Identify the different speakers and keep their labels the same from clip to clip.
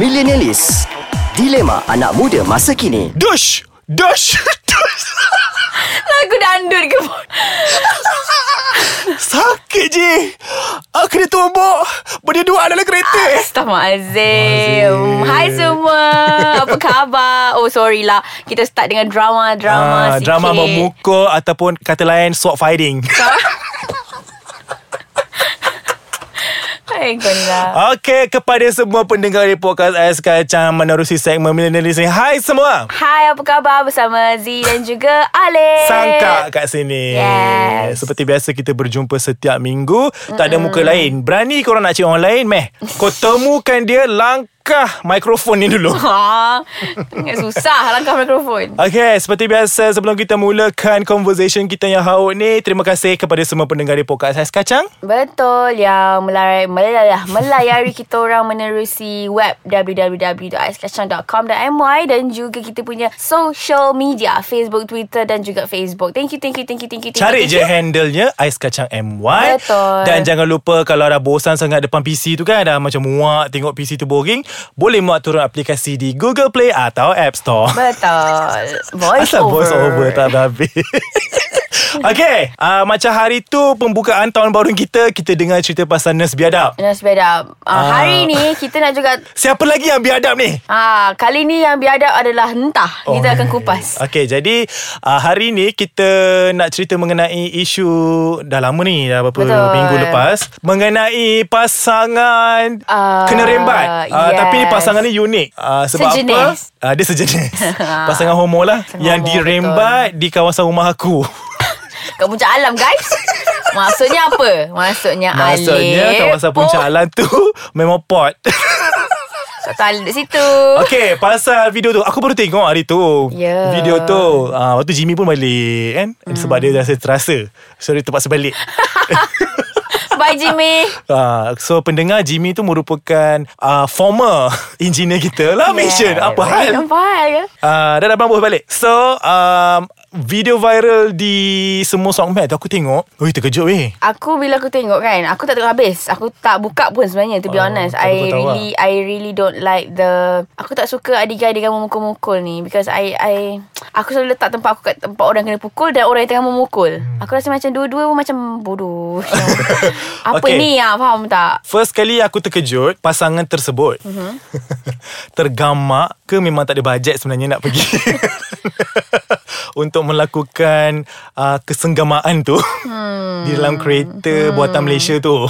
Speaker 1: Millennialis Dilema anak muda masa kini
Speaker 2: Dush Dush Dush
Speaker 3: Lagu dandut ke pun
Speaker 2: Sakit je Aku kena tumbuk Berdua dalam kereta
Speaker 3: Astaghfirullahaladzim Hai semua Apa khabar Oh sorry lah Kita start dengan drama-drama
Speaker 2: Ah,
Speaker 3: sikit
Speaker 2: Drama memukul Ataupun kata lain Sword fighting
Speaker 3: Hai kau ni lah
Speaker 2: Okey Kepada semua pendengar di podcast AIS Kacang Menerusi segmen Millennialis ni Hai semua
Speaker 3: Hai apa khabar bersama Z dan juga Alif
Speaker 2: Sangka kat sini
Speaker 3: Yes.
Speaker 2: Seperti biasa kita berjumpa setiap minggu Tak ada muka lain Berani korang nak cakap orang lain meh Kau temukan dia langkah mikrofon ni dulu
Speaker 3: Ha, ingat susah lah langkah mikrofon
Speaker 2: Okay, seperti biasa sebelum kita mulakan conversation kita yang haut ni Terima kasih kepada semua pendengar di podcast Ais Kacang
Speaker 3: Betul yang melayari, melalah, melayari kita orang menerusi web www.aiskacang.com.my dan juga kita punya social media Facebook, Twitter dan juga Facebook. Thank you, thank you, thank you, thank you. Thank
Speaker 2: Cari
Speaker 3: you,
Speaker 2: je handlenya Ais Kacang MY
Speaker 3: Betul.
Speaker 2: Dan jangan lupa kalau dah bosan sangat depan PC tu kan Dah macam muak tengok PC tu boring Boleh muak turun aplikasi di Google Play atau App Store
Speaker 3: Betul. Voice
Speaker 2: Asal
Speaker 3: over.
Speaker 2: voice over tak habis Okay uh, Macam hari tu Pembukaan tahun baru kita Kita dengar cerita pasal Nurse Biadab
Speaker 3: Dan sepeda. Uh,
Speaker 2: Ah.
Speaker 3: hari ni kita nak juga
Speaker 2: Siapa lagi yang biadab ni?
Speaker 3: Ah, kali ni yang biadab adalah entah. Oh, kita
Speaker 2: ya,
Speaker 3: akan kupas.
Speaker 2: Okay jadi uh, Hari ni kita Nak cerita mengenai Isu Dah lama ni Dah berapa
Speaker 3: Betul.
Speaker 2: minggu lepas Mengenai Pasangan
Speaker 3: Ah,
Speaker 2: Kena rembat uh,
Speaker 3: yes.
Speaker 2: Tapi ni pasangan ni unik uh, Sebab
Speaker 3: Sejenis. Ah.
Speaker 2: apa uh, Dia sejenis Pasangan homo lah
Speaker 3: Pasangan
Speaker 2: Yang
Speaker 3: homo,
Speaker 2: dirembat Di kawasan rumah aku
Speaker 3: Kat puncak alam guys. Maksudnya apa? Maksudnya,
Speaker 2: Maksudnya
Speaker 3: Alif
Speaker 2: Kawasan puncak
Speaker 3: pun
Speaker 2: alam tu Memang pot
Speaker 3: Tak tahu Alif situ.
Speaker 2: Okay pasal video tu Aku baru tengok hari tu
Speaker 3: Ya. Hmm.
Speaker 2: Video tu uh, Waktu Jimmy pun balik kan Sebab dia rasa terasa So dia terpaksa balik
Speaker 3: Bye Jimmy.
Speaker 2: Uh, so pendengar Jimmy tu merupakan uh, former engineer kita lah yeah, Malaysian apa hal
Speaker 3: Apa hal ke?
Speaker 2: uh, dah dah bambus balik so um, video viral di semua sokmed tu aku tengok oi terkejut weh
Speaker 3: Aku bila aku tengok kan Aku tak tengok habis Aku tak buka pun sebenarnya To be
Speaker 2: Oh,
Speaker 3: honest
Speaker 2: tak
Speaker 3: I
Speaker 2: buka tahu
Speaker 3: really I really don't like the Aku tak suka adegan-adegan memukul-mukul ni Because I I Aku selalu letak tempat aku kat tempat orang kena pukul Dan orang yang tengah memukul
Speaker 2: Hmm.
Speaker 3: Aku rasa macam dua-dua pun macam bodoh Apa
Speaker 2: Okay.
Speaker 3: ni ah Faham tak?
Speaker 2: First kali aku terkejut Pasangan tersebut mm-hmm. Tergamak Ke memang tak ada bajet sebenarnya nak pergi Untuk melakukan uh, Kesenggamaan tu hmm. Di dalam kereta hmm. Buatan Malaysia tu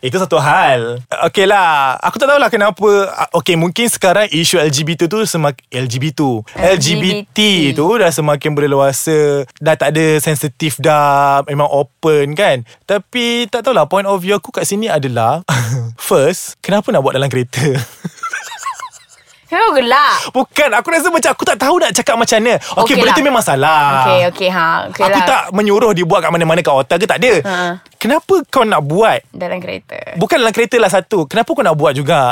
Speaker 2: Itu satu hal Okay lah Aku tak tahulah kenapa Ah, Okay mungkin sekarang Isu LGBT tu semakin LGBT LGBT tu Dah semakin berleluasa Dah tak ada sensitif dah Memang open kan Tapi tak tahulah Point of view aku kat sini adalah First Kenapa nak buat dalam kereta
Speaker 3: Kenapa gelak?
Speaker 2: Bukan Aku rasa macam Aku tak tahu nak cakap macam mana Okay, okay
Speaker 3: Okey
Speaker 2: benda
Speaker 3: lah.
Speaker 2: tu memang salah
Speaker 3: Okay okay ha okay
Speaker 2: Ah. Aku
Speaker 3: lah.
Speaker 2: tak menyuruh dia buat kat mana-mana kat otak ke tak ada
Speaker 3: Ha.
Speaker 2: Kenapa kau nak buat
Speaker 3: Dalam kereta
Speaker 2: Bukan dalam kereta lah satu Kenapa kau nak buat juga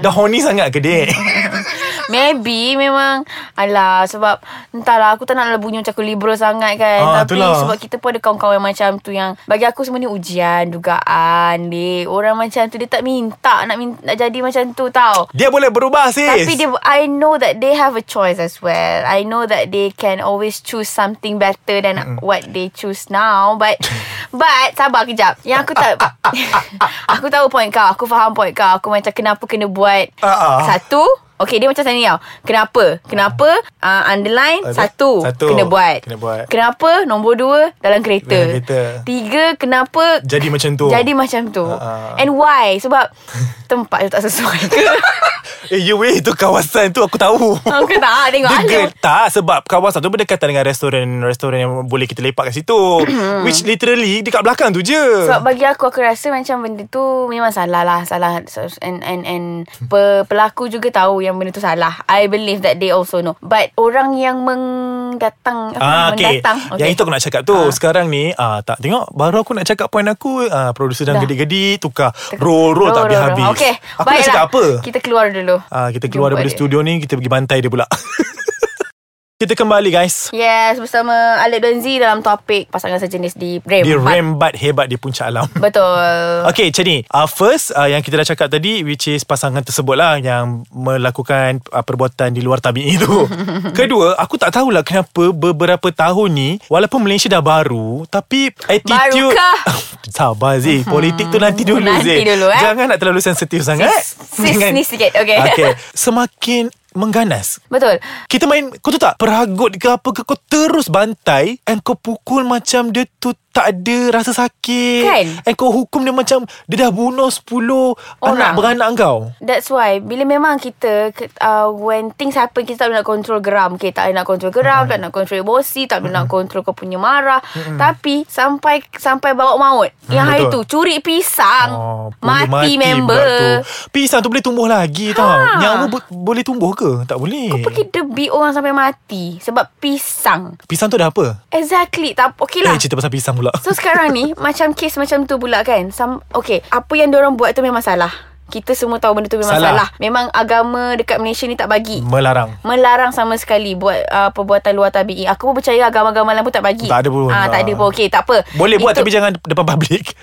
Speaker 2: Dah horny sangat ke dek
Speaker 3: Maybe memang Alah sebab Entahlah aku tak nak lah bunyi macam aku liberal sangat kan
Speaker 2: Ah,
Speaker 3: Tapi
Speaker 2: itulah.
Speaker 3: sebab kita pun ada kawan-kawan yang macam tu Yang bagi aku semua ni ujian Dugaan dek Orang macam tu dia tak minta Nak, min- nak jadi macam tu tau
Speaker 2: Dia boleh berubah sis
Speaker 3: Tapi dia, I know that they have a choice as well. I know that they can always choose something better than what they choose now. But but sabar kejap. Yang aku tak
Speaker 2: Ah,
Speaker 3: aku tahu point kau. Aku faham point kau. Aku macam kenapa kena buat
Speaker 2: Ah, ah.
Speaker 3: satu. Okay dia macam ni tau Kenapa Kenapa uh, Underline
Speaker 2: Ada-
Speaker 3: satu,
Speaker 2: satu.
Speaker 3: Kena buat
Speaker 2: Kena buat.
Speaker 3: Kenapa Nombor dua Dalam kereta
Speaker 2: Dalam kereta.
Speaker 3: Tiga Kenapa
Speaker 2: Jadi macam tu
Speaker 3: Jadi macam tu
Speaker 2: Ah, ah.
Speaker 3: And why Sebab Tempat tu tak sesuai ke
Speaker 2: Eh you weh tu kawasan tu aku tahu
Speaker 3: Aku tak ah, tengok
Speaker 2: Dia
Speaker 3: Alim.
Speaker 2: girl Tak sebab kawasan tu berdekatan dengan restoran Restoran yang boleh kita lepak kat situ Which literally Dekat belakang tu je
Speaker 3: Sebab bagi aku Aku rasa macam benda tu Memang salah lah Salah So, And and, and pe, Pelaku juga tahu Yang benda tu salah I believe that they also know But orang yang Mendatang apa,
Speaker 2: Ah, okay.
Speaker 3: Mendatang
Speaker 2: okay. Yang itu aku nak cakap tu ah. Sekarang ni ah, Tak tengok Baru aku nak cakap point aku ah, Producer dan
Speaker 3: Dah.
Speaker 2: gedi-gedi Tukar Roll-roll tak habis-habis
Speaker 3: Okay
Speaker 2: Aku nak cakap apa
Speaker 3: Kita keluar dulu
Speaker 2: ah, Kita keluar
Speaker 3: Jumpa
Speaker 2: daripada
Speaker 3: dia.
Speaker 2: studio ni Kita pergi bantai dia pula Kita kembali guys
Speaker 3: Yes, bersama Alec Donzi dalam topik pasangan sejenis di Rem.
Speaker 2: Dia rembat hebat di puncak alam
Speaker 3: Betul.
Speaker 2: Okay macam ni uh, First uh, Yang kita dah cakap tadi Which is pasangan tersebut lah Yang melakukan uh, Perbuatan di luar tabi'i tu Kedua Aku tak tahulah kenapa Beberapa tahun ni Walaupun Malaysia dah baru Tapi Attitude
Speaker 3: Barukah? Hmm.
Speaker 2: Sabar Zee Politik tu nanti dulu
Speaker 3: Nanti
Speaker 2: Zee
Speaker 3: dulu, eh.
Speaker 2: Jangan nak terlalu sensitif sangat
Speaker 3: sis
Speaker 2: Dengan-
Speaker 3: ni sikit, okay.
Speaker 2: okay Semakin Mengganas
Speaker 3: Betul.
Speaker 2: kita main Kau tahu tak Peragut ke apa ke Kau terus bantai And kau pukul macam Dia tu tak ada rasa sakit
Speaker 3: Kan?
Speaker 2: And kau hukum dia macam Dia dah bunuh 10 Orang. Anak
Speaker 3: Orang.
Speaker 2: beranak kau
Speaker 3: That's why Bila memang kita ke- uh, When things happen Kita tak boleh nak control geram okay, Tak boleh nak control geram Tak boleh nak control emosi Tak boleh nak control Kau punya marah Tapi Sampai Sampai bawa maut Yang hari
Speaker 2: Mm, betul.
Speaker 3: tu Curi pisang
Speaker 2: Oh, boleh
Speaker 3: mati, member
Speaker 2: pula tu. Pisang tu boleh tumbuh lagi ha. tau Nyawa bo- boleh tumbuh ke? Tak boleh
Speaker 3: Kau pergi debi orang sampai mati Sebab pisang
Speaker 2: Pisang tu dah apa?
Speaker 3: Exactly tak, Okay lah
Speaker 2: Eh cerita pasal pisang pula
Speaker 3: So sekarang ni Macam kes macam tu pula kan Some, Okay Apa yang diorang buat tu memang salah Kita semua tahu benda tu memang
Speaker 2: Salah.
Speaker 3: salah, Memang agama dekat Malaysia ni tak bagi
Speaker 2: Melarang
Speaker 3: Melarang sama sekali Buat uh, perbuatan luar tabi'i Aku pun percaya agama-agama lain pun tak bagi
Speaker 2: Tak ada pun.
Speaker 3: ah, Tak ada pun Okay tak apa
Speaker 2: Boleh buat tapi jangan depan public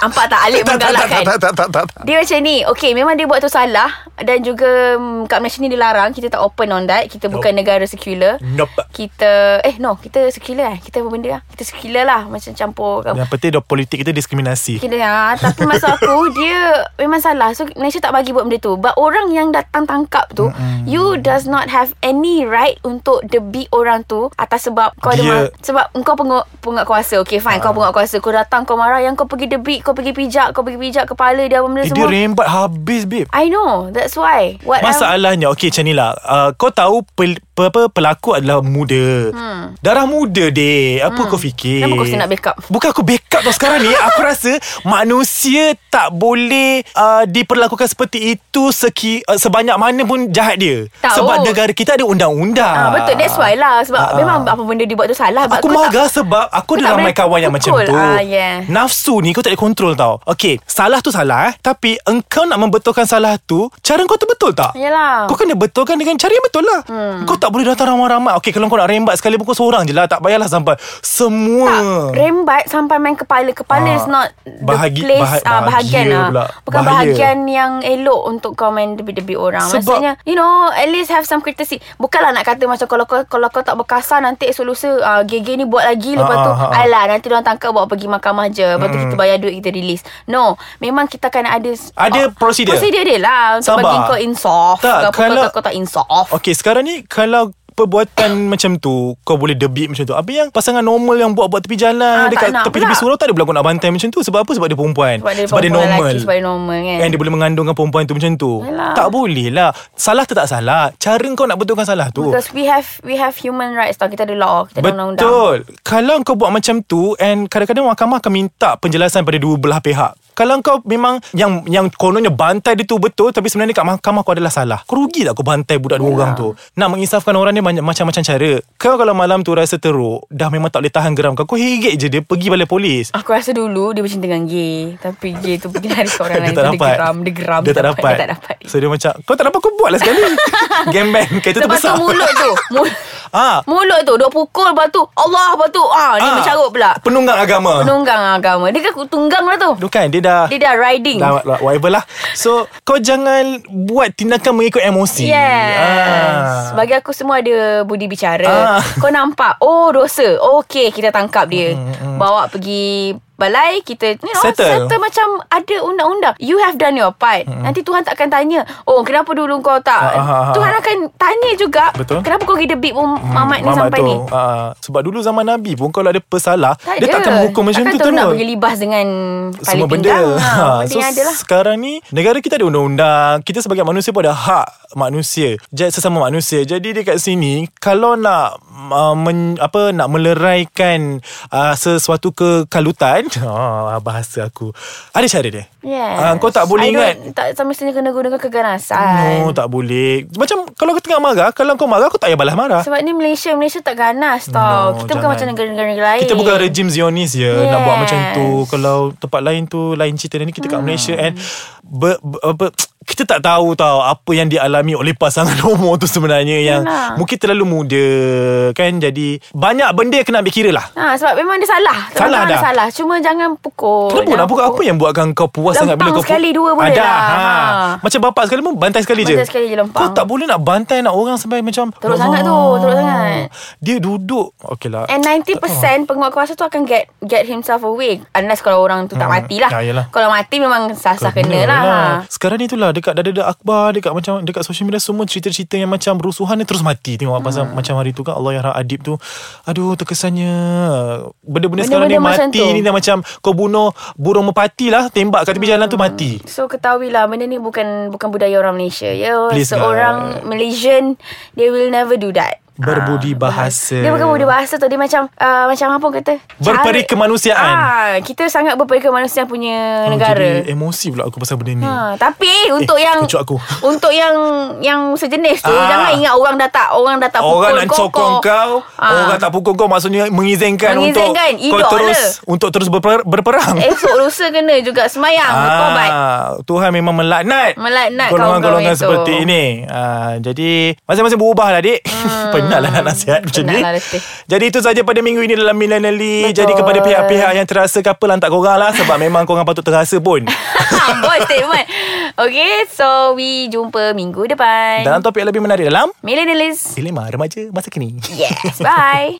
Speaker 3: Nampak tak
Speaker 2: tak, tak,
Speaker 3: Alik
Speaker 2: tak,
Speaker 3: menggalakkan
Speaker 2: tak, tak, tak, tak, tak.
Speaker 3: dia macam ni Okay memang dia buat tu salah Dan juga mm, Kat Malaysia ni dilarang Kita tak open on that Kita
Speaker 2: Nope.
Speaker 3: bukan negara sekular
Speaker 2: Nope.
Speaker 3: Kita Eh no Kita sekular eh Kita apa benda lah Kita sekular lah Macam campur
Speaker 2: Yang penting dah politik kita diskriminasi
Speaker 3: Kira ha, Tapi maksud aku Dia memang salah So Malaysia tak bagi buat benda tu But orang yang datang tangkap tu mm-hmm. You does not have any right Untuk debi orang tu Atas sebab Kau ada
Speaker 2: Dia- Ah.
Speaker 3: ma- Sebab kau pengu- penguat kuasa Okay fine Kau penguat kuasa Kau datang kau marah Yang kau pergi debi Kau pergi pijak Kau pergi pijak kepala dia apa benda
Speaker 2: Eh, dia
Speaker 3: semua
Speaker 2: rembat habis babe
Speaker 3: I know That's why What I-
Speaker 2: Masalahnya Okay macam ni lah uh, Kau tahu pel, pe, pe, Pelaku adalah muda hmm. Darah muda deh Apa hmm. kau fikir
Speaker 3: Kenapa kau mesti nak backup?
Speaker 2: Bukan aku backup tau sekarang ni Aku rasa Manusia tak boleh uh, Diperlakukan seperti itu seki, uh, Sebanyak mana pun jahat dia
Speaker 3: Tahu.
Speaker 2: Sebab negara kita ada undang-undang
Speaker 3: oh. Ah, betul that's why lah sebab memang apa benda dia buat tu salah
Speaker 2: Ah,
Speaker 3: But
Speaker 2: Aku
Speaker 3: kau tak-
Speaker 2: marah sebab Aku
Speaker 3: tak
Speaker 2: ada ramai
Speaker 3: boleh
Speaker 2: kawan yang macam
Speaker 3: pukul.
Speaker 2: tu
Speaker 3: Ah, yeah.
Speaker 2: Nafsu ni kau tak ada kontrol tau Okay Salah tu salah eh Tapi engkau nak membetulkan salah tu Cara kau tu betul tak?
Speaker 3: Yelah.
Speaker 2: Kau kena betulkan dengan cara yang betul lah hmm. Kau tak boleh datang ramai-ramai Okay kalau kau nak rembat sekali pun Kau seorang je lah Tak payahlah sampai Semua
Speaker 3: tak rembat sampai main kepala kepala
Speaker 2: Ah,
Speaker 3: is not
Speaker 2: bahagi-
Speaker 3: the
Speaker 2: baha-
Speaker 3: place ah, bahagian
Speaker 2: bahagia
Speaker 3: ah.
Speaker 2: pula.
Speaker 3: bukan
Speaker 2: Bahaya.
Speaker 3: bahagian yang elok untuk kau main debi-debi orang
Speaker 2: Sebab-
Speaker 3: maksudnya you know at least have some courtesy bukanlah nak kata macam kalau kau kalau kau tak berkasar nanti esok lusa ah, gege ni buat lagi lepas
Speaker 2: Ah,
Speaker 3: tu
Speaker 2: ah, Hmm. ah.
Speaker 3: alah nanti orang tangkap bawa pergi mahkamah je lepas tu kita bayar duit kita release no memang kita akan ada oh,
Speaker 2: Ada prosedur.
Speaker 3: prosedur dia lah untuk
Speaker 2: Sabar.
Speaker 3: bagi kau insaf
Speaker 2: Tak,
Speaker 3: Kalau kau
Speaker 2: kalau-
Speaker 3: tak- kau tak insaf
Speaker 2: Okay sekarang ni Kalau perbuatan macam tu Kau boleh debit macam tu Habis yang pasangan normal Yang buat-buat tepi jalan
Speaker 3: Ah, tak
Speaker 2: Dekat
Speaker 3: nak
Speaker 2: tepi-tepi
Speaker 3: pula.
Speaker 2: surau Tak ada berlaku nak bantai macam tu Sebab apa? Sebab dia perempuan
Speaker 3: sebab dia, perempuan
Speaker 2: normal
Speaker 3: lelaki, sebab dia normal kan
Speaker 2: Kan dia boleh mengandungkan perempuan tu macam tu
Speaker 3: Alah.
Speaker 2: Tak boleh lah Salah tu tak salah Cara kau nak betulkan salah tu
Speaker 3: Because we have we have human rights tau. Kita ada law, kita ada undang-undang.
Speaker 2: Betul Kalau kau buat macam tu And kadang-kadang mahkamah akan minta Penjelasan pada dua belah pihak Kalau kau memang Yang yang kononnya bantai dia tu betul Tapi sebenarnya kat mahkamah kau adalah salah Kau rugi tak kau bantai budak dua orang tu Nak menginsafkan orang ni banyak, Macam-macam cara Kau kalau malam tu rasa teruk Dah memang tak boleh tahan geram kau Kau higit je dia Pergi balai polis
Speaker 3: Aku rasa dulu dia bercinta dengan gay. Tapi gay tu pergi lari ke orang
Speaker 2: dia
Speaker 3: lain.
Speaker 2: tak
Speaker 3: tu
Speaker 2: dapat
Speaker 3: Dia geram. Dia geram.
Speaker 2: Dia tak dapat
Speaker 3: Dia tak dapat.
Speaker 2: So dia macam Kau tak dapat kau buat lah sekali Gembeng Kereta tu
Speaker 3: Lepas tu
Speaker 2: besar
Speaker 3: mulut tu. Mulut,
Speaker 2: Ah.
Speaker 3: mulut tu. Duk pukul. Lepas tu. Allah. Lepas tu. Ah, ni
Speaker 2: Ah,
Speaker 3: mencarut pula.
Speaker 2: Penunggang agama
Speaker 3: Penunggang agama. Dia kan tunggang lah tu.
Speaker 2: Bukan dia dah
Speaker 3: Dia dah riding.
Speaker 2: dah, dah, Whatever lah So kau jangan Buat tindakan mengikut emosi
Speaker 3: Yes. Bagi aku semua ada budi bicara.
Speaker 2: Ah.
Speaker 3: Kau nampak, oh dosa. Okey, kita tangkap dia. Bawa pergi balai, kita you know,
Speaker 2: Mm, Settle. Mm.
Speaker 3: settle. macam ada undang-undang. You have done your part. Nanti Tuhan tak akan tanya, oh kenapa dulu kau tak?
Speaker 2: Ah, ah, ah,
Speaker 3: Tuhan akan tanya juga.
Speaker 2: Betul. Mm,
Speaker 3: Kenapa kau pergi debit pun mamat ni
Speaker 2: Mamat
Speaker 3: sampai
Speaker 2: tu,
Speaker 3: ni?
Speaker 2: ah, Sebab dulu zaman Nabi pun Kalau ada pesalah
Speaker 3: Tak
Speaker 2: Dia
Speaker 3: ada.
Speaker 2: takkan menghukum macam
Speaker 3: Takkan
Speaker 2: tu
Speaker 3: terus
Speaker 2: terus
Speaker 3: nak pergi libas dengan tali
Speaker 2: semua benda.
Speaker 3: pinggang. Ha,
Speaker 2: Ha,
Speaker 3: benda
Speaker 2: so
Speaker 3: yang ada lah.
Speaker 2: sekarang ni negara kita ada undang-undang. Kita sebagai manusia pun ada hak manusia. Jadi sesama manusia. Jadi dekat sini kalau nak uh, men, apa nak meleraikan uh, sesuatu kekalutan, oh, bahasa aku. Ada cara dia. Ah,
Speaker 3: Yes.
Speaker 2: kau tak boleh
Speaker 3: I
Speaker 2: ingat
Speaker 3: don't- Tak sama sekali kena gunakan keganasan.
Speaker 2: No tak boleh Macam kalau kau tengah marah Kalau kau marah Kau tak payah balas marah
Speaker 3: Sebab ni Malaysia Malaysia tak ganas tau
Speaker 2: Ah. No,
Speaker 3: no, Kita bukan
Speaker 2: jangan.
Speaker 3: macam negara-negara lain
Speaker 2: kita bukan rejim Zionis je yes. Nak
Speaker 3: Eh. Yes. Hmm.
Speaker 2: buat macam tu Kalau tempat lain tu Lain cerita Dan ni kita kat Malaysia And ber, ber, ber, kita tak tahu tau apa yang dialami oleh pasangan homo tu sebenarnya yang
Speaker 3: Yalah.
Speaker 2: mungkin terlalu muda kan jadi banyak benda yang kena ambil kira lah.
Speaker 3: Ha, sebab memang dia salah. Sebab
Speaker 2: Salah
Speaker 3: memang
Speaker 2: dah.
Speaker 3: Dia salah. Cuma jangan pukul.
Speaker 2: Kenapa nak buka apa yang buatkan kau puas sangat bila
Speaker 3: Oh, ya Lempang
Speaker 2: kau pu-
Speaker 3: sekali dua boleh
Speaker 2: Ada,
Speaker 3: lah.
Speaker 2: Ha.
Speaker 3: Ha.
Speaker 2: Macam bapak sekali pun bantai sekali je.
Speaker 3: Bantai sekali je lempang.
Speaker 2: Kau tak boleh nak bantai nak orang sampai macam
Speaker 3: Teruk
Speaker 2: "Allah."
Speaker 3: sangat tu, teruk sangat.
Speaker 2: Dia duduk. Okey lah.
Speaker 3: And 90% penguat kuasa tu akan get get himself away. Unless kalau orang tu tak
Speaker 2: Hmm.
Speaker 3: mati lah.
Speaker 2: Ya, yelah.
Speaker 3: Kalau mati memang sah-sah kena, lah. Ha.
Speaker 2: Sekarang ni tu lah Dekat dada-dada akhbar Dekat macam Dekat social media semua Cerita-cerita yang macam Rusuhan ni terus mati Tengok pasal
Speaker 3: Hmm.
Speaker 2: Macam hari tu kan Allah Yara Adib tu Aduh terkesannya Benda-benda sekarang ni
Speaker 3: Benda-benda macam
Speaker 2: Mati
Speaker 3: tu.
Speaker 2: ni dah macam Kau bunuh Burung merpati lah Tembak kat tepi jalan tu mati
Speaker 3: So ketahuilah benda ni bukan bukan budaya orang Malaysia ya.
Speaker 2: Please lah.
Speaker 3: Seorang Malaysian they will never do that.
Speaker 2: Berbudi
Speaker 3: Ah,
Speaker 2: bahasa.
Speaker 3: Dia bukan berbudi bahasa tu dia macam uh, macam apa orang kata?
Speaker 2: Berperi kemanusiaan.
Speaker 3: Ah, kita sangat berperi kemanusiaan
Speaker 2: Oh,
Speaker 3: punya negara.
Speaker 2: Jadi emosi pula aku pasal benda ni
Speaker 3: Ha, tapi untuk
Speaker 2: Eh,
Speaker 3: yang
Speaker 2: cucuk aku.
Speaker 3: untuk yang yang sejenis tu
Speaker 2: Ah.
Speaker 3: jangan ingat orang dah tak orang dah tak
Speaker 2: Orang nak
Speaker 3: pukul Ha. Ah,
Speaker 2: sokong kau Orang tak pukul kau Maksudnya mengizinkan,
Speaker 3: Mengizinkan, lah. Eh,
Speaker 2: Untuk
Speaker 3: hidup
Speaker 2: kau terus Untuk terus berper- berperang
Speaker 3: esok lusa kena juga semayang ah. bertobat.
Speaker 2: Tuhan memang melaknat
Speaker 3: Melaknat
Speaker 2: golongan-golongan
Speaker 3: kaum-kaum itu.
Speaker 2: seperti ini. Ah, jadi masing-masing berubah lah dik. Hmm. Penatlah nak nasihat macam
Speaker 3: Penat
Speaker 2: ni.
Speaker 3: lah, letih.
Speaker 2: Jadi itu saja pada minggu ini dalam Millennially.
Speaker 3: Betul.
Speaker 2: Jadi kepada pihak-pihak yang terasa ke apa lantak korang lah sebab memang korang patut terasa pun.
Speaker 3: Boy statement. Okay, so we jumpa minggu depan.
Speaker 2: dalam topik yang lebih menarik dalam
Speaker 3: Millennialist.
Speaker 2: Dilema Remaja Masa Kini.
Speaker 3: Yes, bye.